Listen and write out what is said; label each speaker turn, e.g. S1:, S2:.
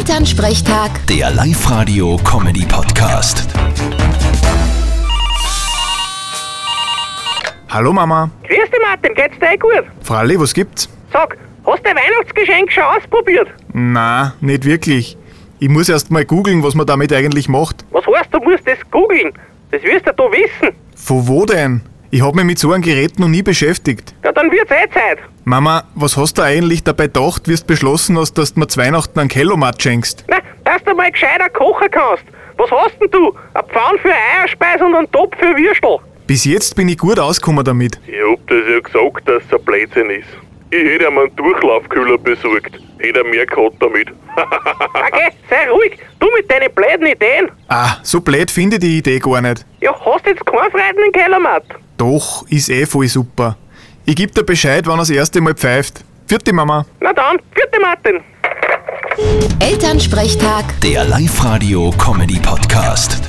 S1: Elternsprechtag,
S2: Der Live-Radio-Comedy-Podcast.
S3: Hallo Mama.
S4: Grüß dich Martin, geht's dir eh gut?
S3: Fralli, was gibt's?
S4: Sag, hast du dein Weihnachtsgeschenk schon ausprobiert?
S3: Na, nicht wirklich. Ich muss erst mal googeln, was man damit eigentlich macht.
S4: Was heißt, du musst das googeln? Das wirst du da wissen.
S3: Von wo denn? Ich hab mich mit so einem Gerät noch nie beschäftigt.
S4: Ja, dann wird's eh Zeit.
S3: Mama, was hast du eigentlich dabei gedacht, wie du beschlossen hast, dass du mir zu Weihnachten einen Kellomat schenkst?
S4: Na, dass du mal gescheiter kochen kannst. Was hast denn du? Ein Pfahl für Eierspeis und ein Topf für Würstel.
S3: Bis jetzt bin ich gut ausgekommen damit.
S5: Ich hab das ja gesagt, dass es ein Blödsinn ist. Ich hätte ihm einen Durchlaufkühler besorgt. Hätte er mehr gehabt damit.
S4: Okay, sei ruhig, du mit deinen blöden Ideen.
S3: Ah, so blöd finde ich die Idee gar nicht.
S4: Ja, hast jetzt keine Freude im Kellermatt.
S3: Doch, ist eh voll super. Ich geb dir Bescheid, wann er das erste Mal pfeift. Vierte Mama.
S4: Na dann, vierte Martin.
S1: Elternsprechtag.
S2: Der Live-Radio-Comedy-Podcast.